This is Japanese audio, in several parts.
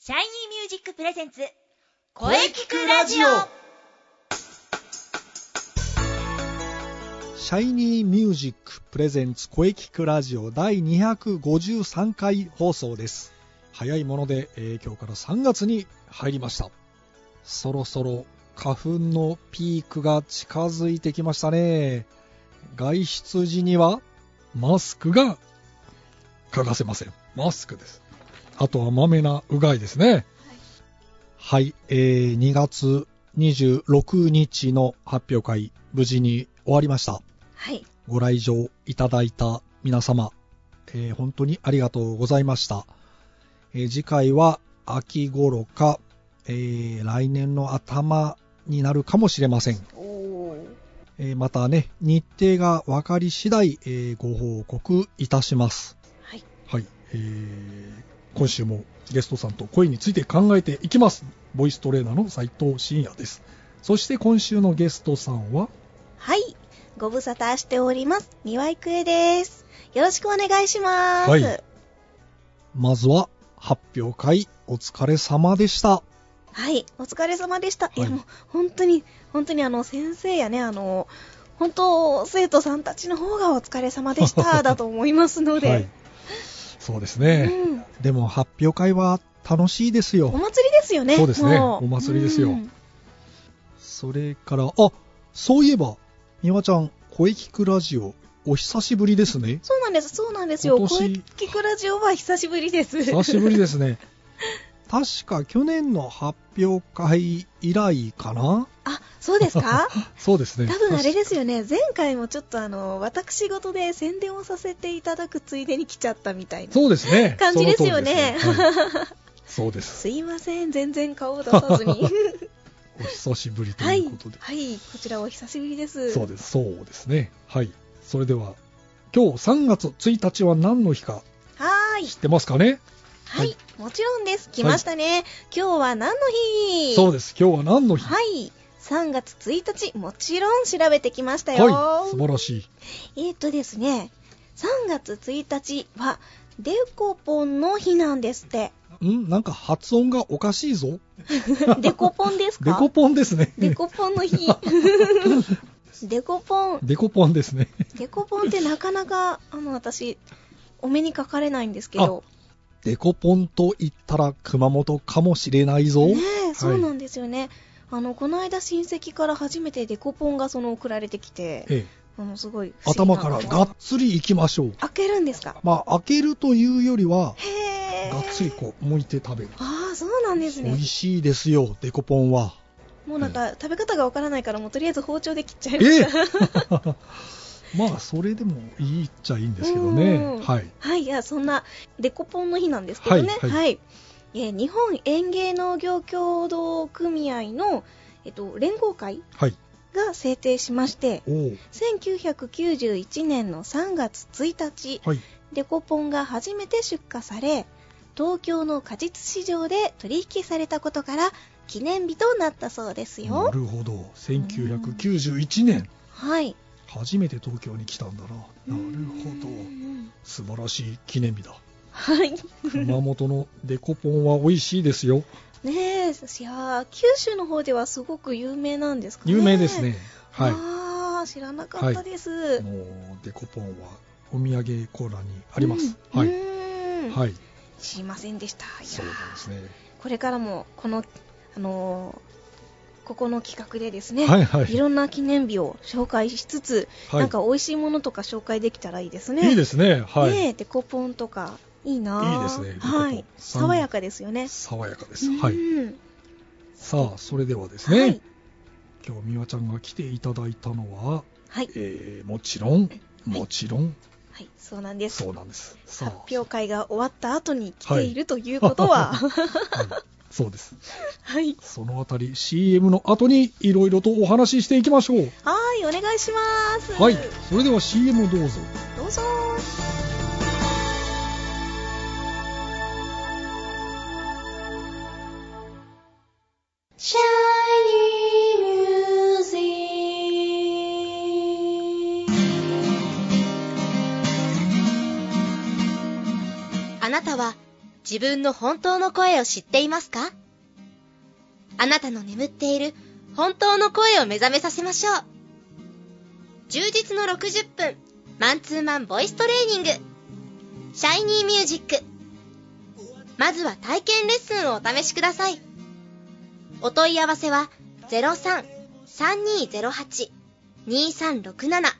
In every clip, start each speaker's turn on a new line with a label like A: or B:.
A: シャイニーミュージックプレゼンツ
B: 声聞くラジオ
C: シャイニーミュージックプレゼンツ声聞くラジオ第253回放送です早いもので、えー今日から3月に入りましたそろそろ花粉のピークが近づいてきましたね外出時にはマスクが欠かせませんマスクですあとはまめなうがいですねはい、えー2月26日の発表会無事に終わりました
A: はい
C: ご来場いただいた皆様、えー本当にありがとうございました。えー次回は秋頃か、えー来年の頭になるかもしれません。
A: おお
C: えーまたね、日程が分かり次第、えーご報告いたします。
A: はい
C: はい、えー今週もゲストさんと恋について考えていきます。ボイストレーナーの斉藤真也です。そして今週のゲストさんは、
B: はいご無沙汰しております三輪郁恵ですよろしくお願いします
C: はいまずは発表会お疲れ様でした。
B: はい、お疲れ様でした。い、や、
C: はい
B: もう本当に、本当にあの先生やね、あの、本当、生徒さんたちの方がお疲れ様でした だと思いますので、
C: はい、そうです
B: う
C: ね、
B: ん、
C: でも発表会は楽しいです
B: お
C: よ
B: 祭りですよね、
C: そうですね
B: も
C: お祭りですよ
B: うん
C: それからあそういえばみわちゃん「声聞くラジオ」お久しぶりです ね
B: そうなんです、そうなんですよ、
C: 今
B: 声
C: 年
B: 聞くラジオは久しぶりです。
C: 久しぶりですね確か去年の発表会以来かな
B: あ、そうです か
C: そうですね
B: 多分あれですよね、前回もちょっとあの、私事で宣伝をさせていただくついでに来ちゃったみたいな。
C: そうですね
B: 感じですよね
C: その通りですはいそうです
B: すいません、全然顔を出さず に。
C: お久しぶりと
B: はいい、
C: うことで、
B: はい、こちらお久しぶりです。
C: そうです、そうですね。はい。それでは、今日3月1日は何の日か
B: はーい
C: 知、ってますかね、
B: は
C: はい
B: い、もちろんです。来ましたね。今日は何の日
C: そうです、今日は何の日
B: はい、3月1日、もちろん調べてきましたよ。
C: はい、素晴らしい。
B: えっ、とですね、3月1日は、デコポンの日なんですって。
C: んなんか発音がおかしいぞ。
B: デコポンですか
C: デコポンですね。
B: デコポンの日。デコポン、
C: デコポンですね。
B: デコポンってなかなか、あの、私、お目にかかれないんですけど。
C: デコポンと言ったら熊本かもしれないぞ。
B: ねえ、そうなんですよね。あの、この間親戚から初めてデコポンがその送られてきて、
C: ええ、
B: あの、すごい不思議
C: 頭
B: な
C: から
B: の
C: がっつり行きましょう。
B: 開けるんですか
C: まあ、開けるというよりは、
B: へえ。
C: がっつりこう、剥いて食べる。
B: ああ、そうなんです
C: 美
B: ね
C: 味。しいですよ、デコポンは。
B: もうなんか、食べ方がわからないから、もうとりあえず包丁で切っちゃいまし
C: え え
B: た。
C: まあそれでもいいっちゃいいんですけど
B: うん
C: ねはい
B: はい、いや、そんな、デコポンの日なんですけどね。は
C: は
B: いい、
C: は
B: えー日本園芸農業協同組合の、えっと、連合会
C: はい
B: が制定しまして、
C: おお
B: 1991年の3月1日、
C: はい
B: デコポンが初めて出荷され東京の果実市場で取引されたことから記念日となったそうです
C: な
B: よ
C: るほど1991年
B: はい
C: 初めて東京に来たんだななるほど
B: うん
C: 素晴らしい記念日だ
B: はい
C: 熊本のデコポンは美味しいですよ
B: ねえいやー九州の方ではすごく有名なんですかね
C: 有名ですねはい
B: ああ知らなかったです、
C: もうデコポンはお土産コーナーにあります
B: うん
C: は
B: う
C: い
B: ーん
C: はい
B: 知りませんでしたいやー
C: そうなんですね
B: これからもこのあのーここの企画でですね、
C: はいはい
B: ろんな記念日を紹介しつつ、
C: はい
B: なんか美味しいものとか紹介できたらいいですね。
C: いいですねは
B: ね
C: い
B: えデコポンとか、いいなぁ
C: いいですねデコポン
B: はい。爽やかですよね。
C: 爽やかですはい
B: うん
C: さあそれではです
B: は
C: ね
B: い。
C: 今日美和ちゃんが来ていただいたのは、
B: はい。
C: えーもちろんもちろん、
B: はいそうなんです。
C: そうなんですさあ
B: 発表会が終わった後に来
C: は
B: て
C: い
B: いるということは、 は
C: はいそうです
B: い。
C: そのあたり CM の後にいろいろとお話ししていきましょう
B: はーい、お願いします。
C: はいそれでは CM どうぞ
B: どうぞ。あなたは
A: 自分の本当の声を知っていますかあなたの眠っている本当の声を目覚めさせましょう。充実の60分、マンツーマンボイストレーニング、シャイニーミュージック。まずは体験レッスンをお試しください。お問い合わせは03-3208-2367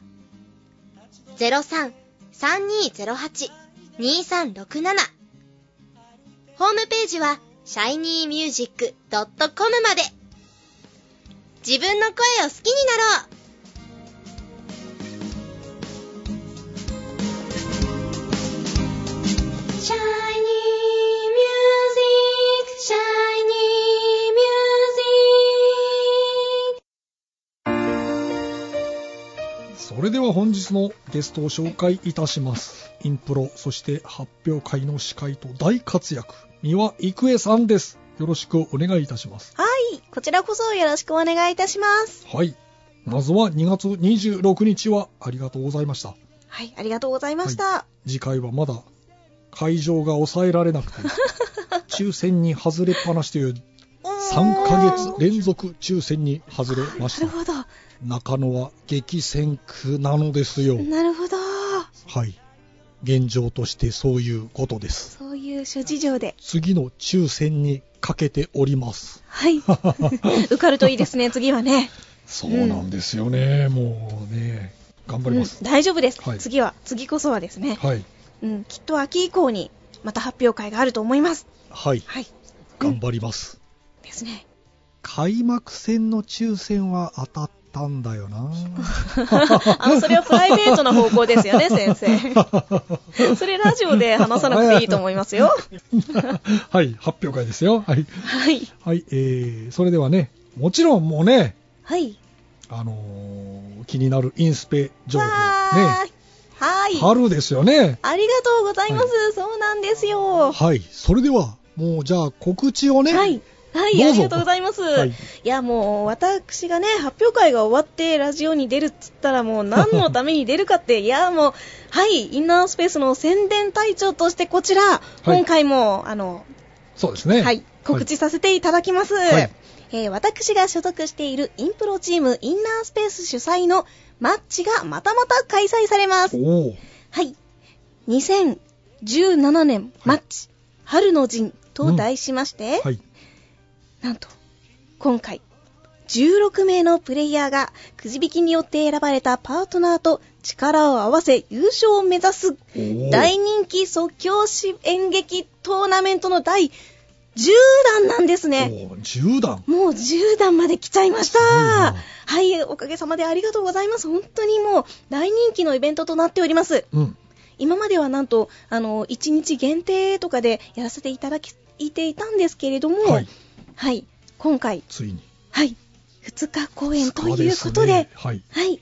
A: 03-3208-2367ホームページは shinymusic.com まで自分の声を好きになろうシャイニーミュージック、シャイニーミ
C: それでは本日のゲストを紹介いたしますインプロそして発表会の司会と大活躍三輪郁恵さんですよろしくお願いいたします
B: はい、こちらこそよろしくお願いいたします。
C: はいまずは2月26日はありがとうございました
B: はい、ありがとうございました。
C: 次回はまだ会場が抑えられなくて 抽選に外れっぱなしという3ヶ月連続抽選に外れまし
B: な
C: た
B: るほど、
C: 中野は激戦区なのですよ
B: なるほど。
C: はい現状としてそういうことです
B: そういう諸事情で。
C: 次の抽選にかけてお ります
B: はい。受かるといいですね、次はね。
C: そうなんですよね、もうね頑張ります
B: うん、、大丈夫です、
C: はい
B: 次は、次こそはですね、
C: はい
B: うん、きっと秋以降にまた発表会があると思います。
C: はい
B: はい。
C: 頑張ります、
B: ですね。
C: 開幕戦の抽選は当たったんだよな
B: あの、それはプライベートな方向ですよね、先 生。それラジオで話さなくていいと思いますよ。
C: はい発表会ですよはい、
B: はい。
C: はいえー、それではねもちろんもうね
B: はい。
C: あのー気になるインスペ情報ね
B: わーい。はい。
C: 春ですよね
B: ありがとうございます。そうなんですよ。は
C: はいそれではもうじゃあ告知をね
B: い。は
C: どう
B: い、
C: ぞ
B: ありがとうございます。
C: はい
B: い、や、もう、私がね、発表会が終わって、ラジオに出るっつったら、もう、何のために出るか って、いや、もう、はい、インナースペースの宣伝隊長として、こちら、今回も、あの、
C: そうですね
B: はい、告知させていただきます。
C: はい
B: えー私が所属しているインプロチームインナースペース主催のマッチがまたまた開催されます。
C: おお
B: はい。2017年マッチ、春の陣と題しまして、
C: はい
B: なんと、今回、16名のプレイヤーがくじ引きによって選ばれたパートナーと力を合わせ優勝を目指す
C: おー
B: 大人気即興し演劇トーナメントの第10弾なんですね。
C: おー10段
B: もう10弾まで来ちゃいました。
C: すごいな
B: はい、おかげさまでありがとうございます。本当にもう大人気のイベントとなっております。
C: うん
B: 今まではなんと、あの、1日限定とかでやらせていただき、いていたんですけれども、
C: はい
B: はい、今回、
C: ついに
B: はい、2日公演と
C: そう
B: いう
C: です
B: こ
C: ね
B: とで、
C: はい
B: はい、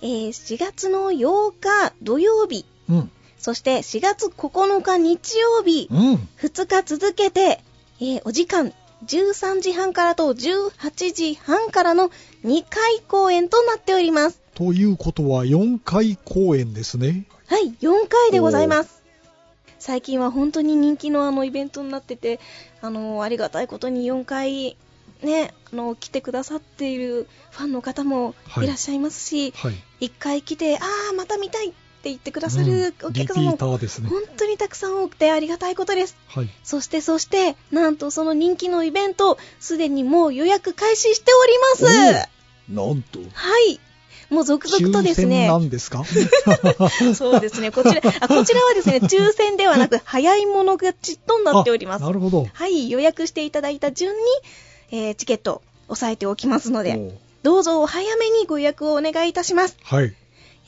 B: えー4月の8日土曜日、
C: うん
B: そして4月9日日曜日、
C: うん
B: 2日続けて、えーお時間13時半からと18時半からの2回公演となっております。
C: ということは4回公演ですね
B: はい、4回でございます。最近は本当に人気のあのイベントになってて、あのーありがたいことに4回、ね、あの来てくださっているファンの方も
C: はい
B: いらっしゃいますし、
C: はい
B: 1回来て、あー、また見たいって言ってくださ
C: うん
B: るお
C: リピ
B: 客様
C: ー
B: も
C: ターですね
B: 本当にたくさん多くてありがたいことです。
C: はい
B: そしてそして、なんとその人気のイベント、すでにもう予約開始しております。
C: なんと
B: はい。もう続々と
C: 抽
B: です
C: 選
B: ね
C: な。んで すか
B: そうですね。こちら、あこちらはですね、抽選では なく、早い者勝ちとなっております
C: あ。なるほど
B: はい、予約していただいた順に、えーチケット、押さえておきますの
C: お
B: で、
C: ー
B: どうぞお早めにご予約をお願いいたします。
C: はい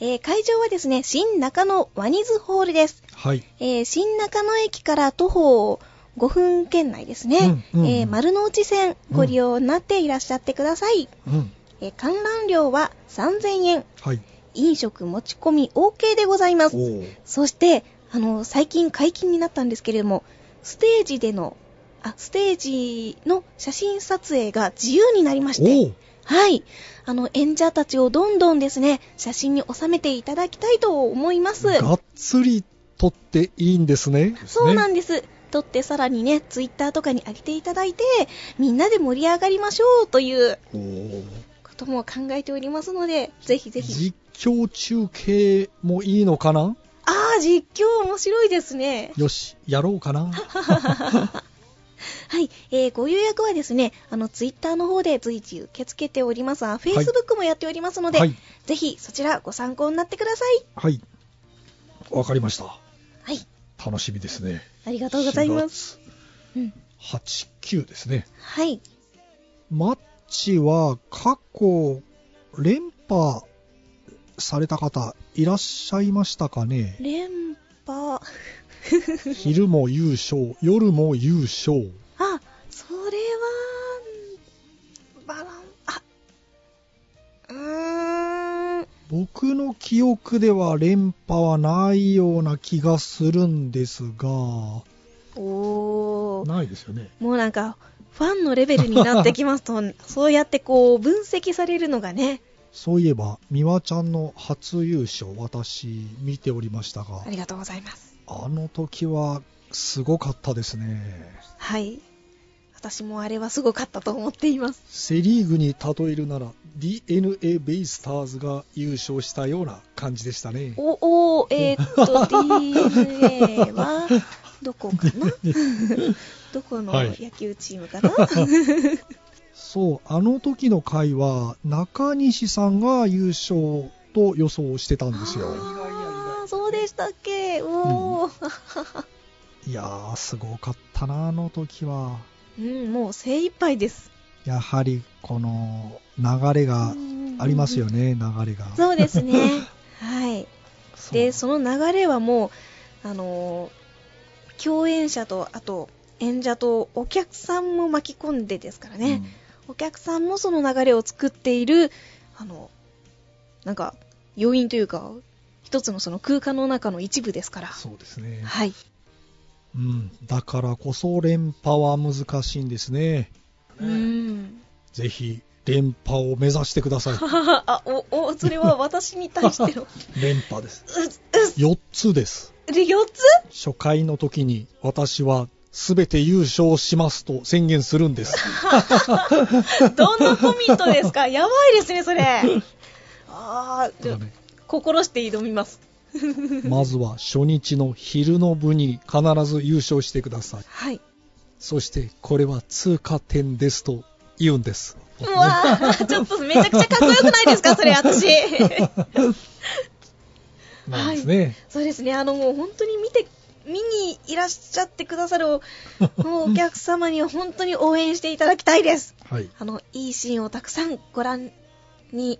B: えー会場はですね、新中野ワニズホールです。
C: はい
B: えー新中野駅から徒歩5分圏内ですね、
C: うんうんうん
B: えー丸の内線ご利用になっていらっしゃってください、
C: うん
B: えー観覧料は3000円
C: はい
B: 飲食持ち込み OK でございま
C: お
B: す
C: ー
B: そしてあの最近解禁になったんですけれどもステージでのあステージの写真撮影が自由になりまし
C: お
B: て
C: ー
B: はいあの演者たちをどんどんですね写真に収めていただきたいと思います
C: がっつり撮っていいんですね
B: そうなん
C: で
B: です。撮ってさらにねツイッターとかに上げていただいてみんなで盛り上がりましょうという
C: おー
B: ことも考えておりますのでぜひぜひ
C: 実況中継もいいのかな
B: ああ実況面白いですね
C: よし、やろうかな。
B: はい、えーご予約はですねあのツイッターの方で随時受け付けておりますあフェイスブックもやっておりますので、
C: はい
B: ぜひそちらご参考になってください
C: はい。わかりました。
B: はい
C: 楽しみですね。
B: ありがとうございます、うん、
C: 8、9ですね。
B: はい
C: マッチは過去、連覇された方、いらっしゃいましたかね
B: 連覇
C: 昼も優勝、夜も優勝。
B: あそれはバランあうーん
C: 僕の記憶では連覇はないような気がするんですが、
B: おー
C: ないですよね。
B: もうなんかファンのレベルになってきますとそうやってこう分析されるのがね
C: そういえば、美和ちゃんの初優勝、私、見ておりましたが
B: あ、りがとうございます
C: あの時は、すごかったですね。
B: はい私もあれはすごかったと思っています
C: セ・リーグに例えるなら、DNA ベイスターズが優勝したような感じでしたね。
B: おおえー、っと DNA はどこ かなどこの
C: はい
B: 野球チームか な、
C: そう、あの時の回は、中西さんが優勝と予想してたんですよ。
B: ああそうでしたっけおお、
C: いやー、すごかったな、あの時は。
B: うん、もう精一杯です。
C: やはり、この、流れがありますよ
B: ね。
C: ね、流れが。
B: そうです ね。はい。
C: そう
B: で、その流れはもう、あのー共演者と、あと、演者とお客さんも巻き込んでですからね、お客さんもその流れを作っている、あの、なんか、要因というか、一つのその空間の中の一部ですから。
C: そうですね。
B: はい。
C: うん。だからこそ連覇は難しいんですね。
B: うん。
C: ぜひ、連覇を目指してください。
B: あ、お、お、それ は私に対しての、うっ、
C: 連覇です。
B: うっ
C: 4つです。
B: で、4つ
C: 初回の時に、私は、すべて優勝しますと宣言するんです。
B: どんなコミットですかやばいですね、それ。 あー、
C: だ
B: で
C: からね
B: 心して挑みます。
C: まずは初日の昼の部に必ず優勝してください。
B: はい。
C: そして、これは通過点ですと言うんです。
B: うわー、ちょっとめちゃくちゃかっこよくないですか、それ、私。
C: なんですね。
B: そうですね、あの、もう本当に見て、見にいらっしゃってくださるお もうお客様には本当に応援していただきたいです。
C: はい。
B: あの、いいシーンをたくさんご覧に、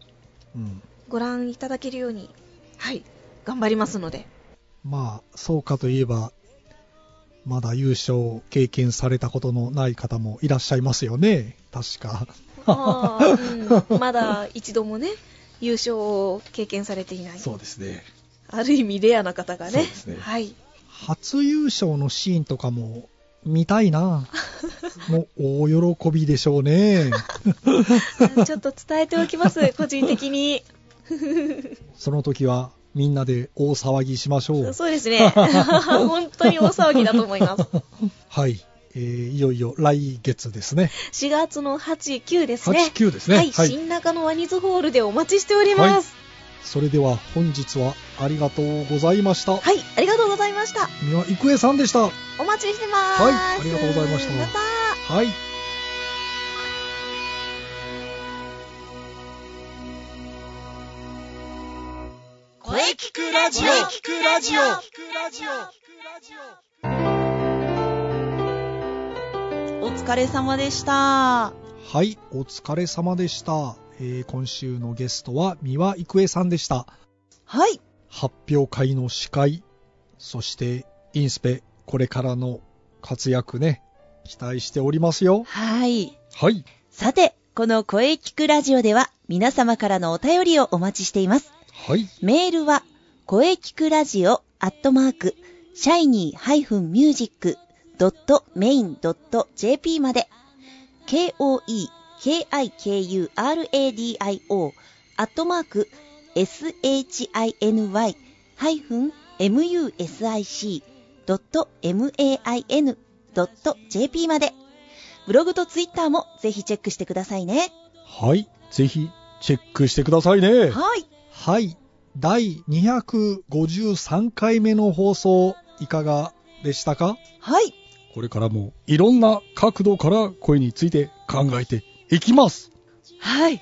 C: うん
B: ご覧いただけるように、はい、頑張りますの で。
C: まあ、そうかといえば、まだ優勝を経験されたことのない方もいらっしゃいますよね。確か。
B: あーうんまだ一度もね、優勝を経験されていない。
C: そうですね。
B: ある意味レアな方が
C: そう
B: ね。
C: ですね
B: はい。
C: 初優勝のシーンとかも見た いな。もう大喜びでしょうね。
B: ちょっと伝えておき ます、個人的に。
C: その時はみんなで大騒ぎしましょう。
B: そうです ね。本当に大騒ぎだと思います。
C: はい。えーいよいよ来月ですね。
B: 4月の8、9ですね。
C: 8、9ですね。
B: はい、新中野ワニズホールでお待ちしております。
C: それでは本日はありがとうございました。
B: はい、ありがとうございました。
C: 三輪郁恵さんでした。
B: お待ちしてます。
C: はいありがとうございました
B: また。
C: はい。
A: 声聞くラジオ聞くラジオ
D: お疲れ様でした。
C: はい、お疲れ様でした。えー今週のゲストは三輪郁恵さんでした。
D: はい。
C: 発表会の司会、そしてインスペ、これからの活躍ね、期待しておりますよ。
D: はい。
C: はい。
D: さて、この声聞くラジオでは皆様からのお便りをお待ちしています。
C: はい。
D: メールは、声聞くラジオアットマーク、シャイニー -music.main.jp まで、k-o-e-k-i-k-u-r-a-d-i-o アットマーク、shiny-music.main.jp .main.jp まで。ブログとツイッターもぜひチェックしてくださいね。
C: はい。ぜひ、チェックしてくださいね。
D: はい。
C: はい。第253回目の放送、いかがでしたか
D: はい。
C: これからも、いろんな角度から声について考えていきます。
D: はい。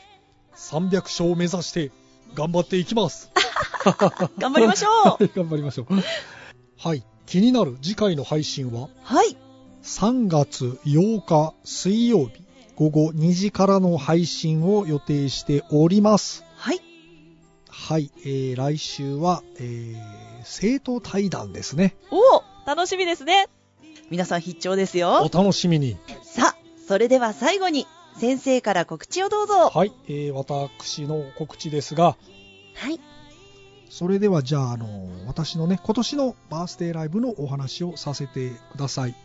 C: 300勝を目指して、頑張っていきます。
D: 頑張りまし ょう。
C: はい頑張りましょう。はい。気になる次回の配信は、
D: はい。
C: 3月8日水曜日午後2時からの配信を予定しております。
D: はい。
C: はい、えー、来週は、えー、生徒対談ですね。
D: お楽しみですね。皆さん必聴です
C: お
D: よ。
C: 楽しみに。
D: さあ、それでは最後に、先生から告知をどうぞ。
C: はい、えー、私の告知ですが、
D: はい。
C: それではじゃあ、あの、私のね、今年のバースデーライブのお話をさせてください。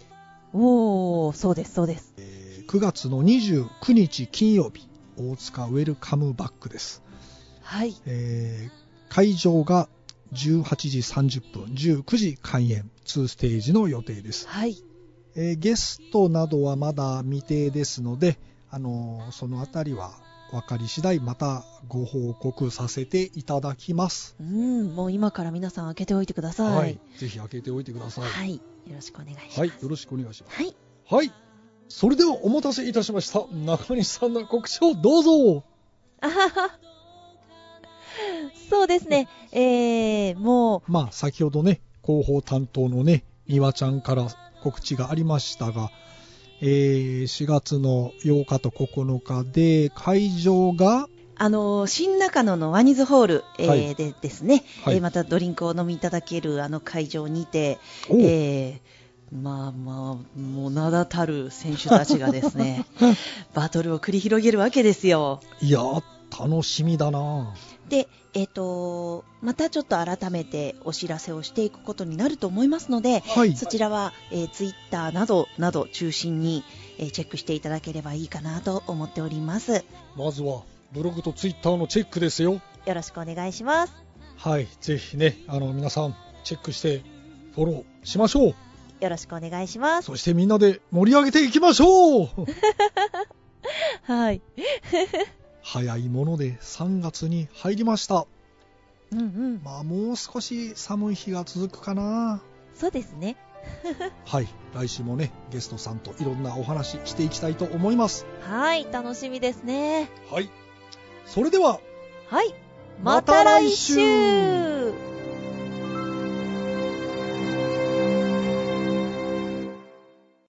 D: おー、そうです、そうです。
C: えー9月の29日金曜日、大塚ウェルカムバックです。
D: はい。
C: えー会場が18時30分、19時開演、2ステージの予定です。
D: はい。
C: えーゲストなどはまだ未定ですので、あのーそのあたりは分かり次第またご報告させていただきます。
D: うん、もう今から皆さん開けておいてください。はい。。
C: ぜひ開けておいてください。はい。
D: よろしくお願いします。
C: よろしくお願いします。
D: はい。
C: はい。それではお待たせいたしました。中西さんの告知をどうぞ。
D: あはは。そうですね。えー、も
C: まあ、先ほどね、広報担当のね、美和ちゃんから告知がありましたが、えー4月の8日と9日で、会場が、
D: う、あのー、新中野のワニズホール、えー
C: はい
D: でですね、
C: はい
D: えーまたドリンクをお飲みいただけるあの会場にて、
C: おう
D: えーまあまあ、もう名だたる選手たちがです ね、バトルを繰り広げるわけですよ。
C: いやー、楽しみだな
D: で、えっ、と、またちょっと改めてお知らせをしていくことになると思いますので、
C: はい。
D: そちらは、えー、ツイッターなどなど中心に、えーチェックしていただければいいかなと思っております。
C: まずは、ブログとツイッターのチェックですよ。
D: よろしくお願いします。
C: はい。ぜひね、あの、皆さん、チェックして、フォローしましょう。
D: よろしくお願いします。
C: そしてみんなで盛り上げていきまし ょう
D: はい。
C: 早いもので3月に入りました。
D: うんうん。
C: まあ、もう少し寒い日が続くかな
D: そうですね。
C: はい、来週もね、ゲストさんといろんなお話していきたいと思います。
D: はい。楽しみですね。
C: はい。それでは、
D: はい。
C: また来週
D: また来週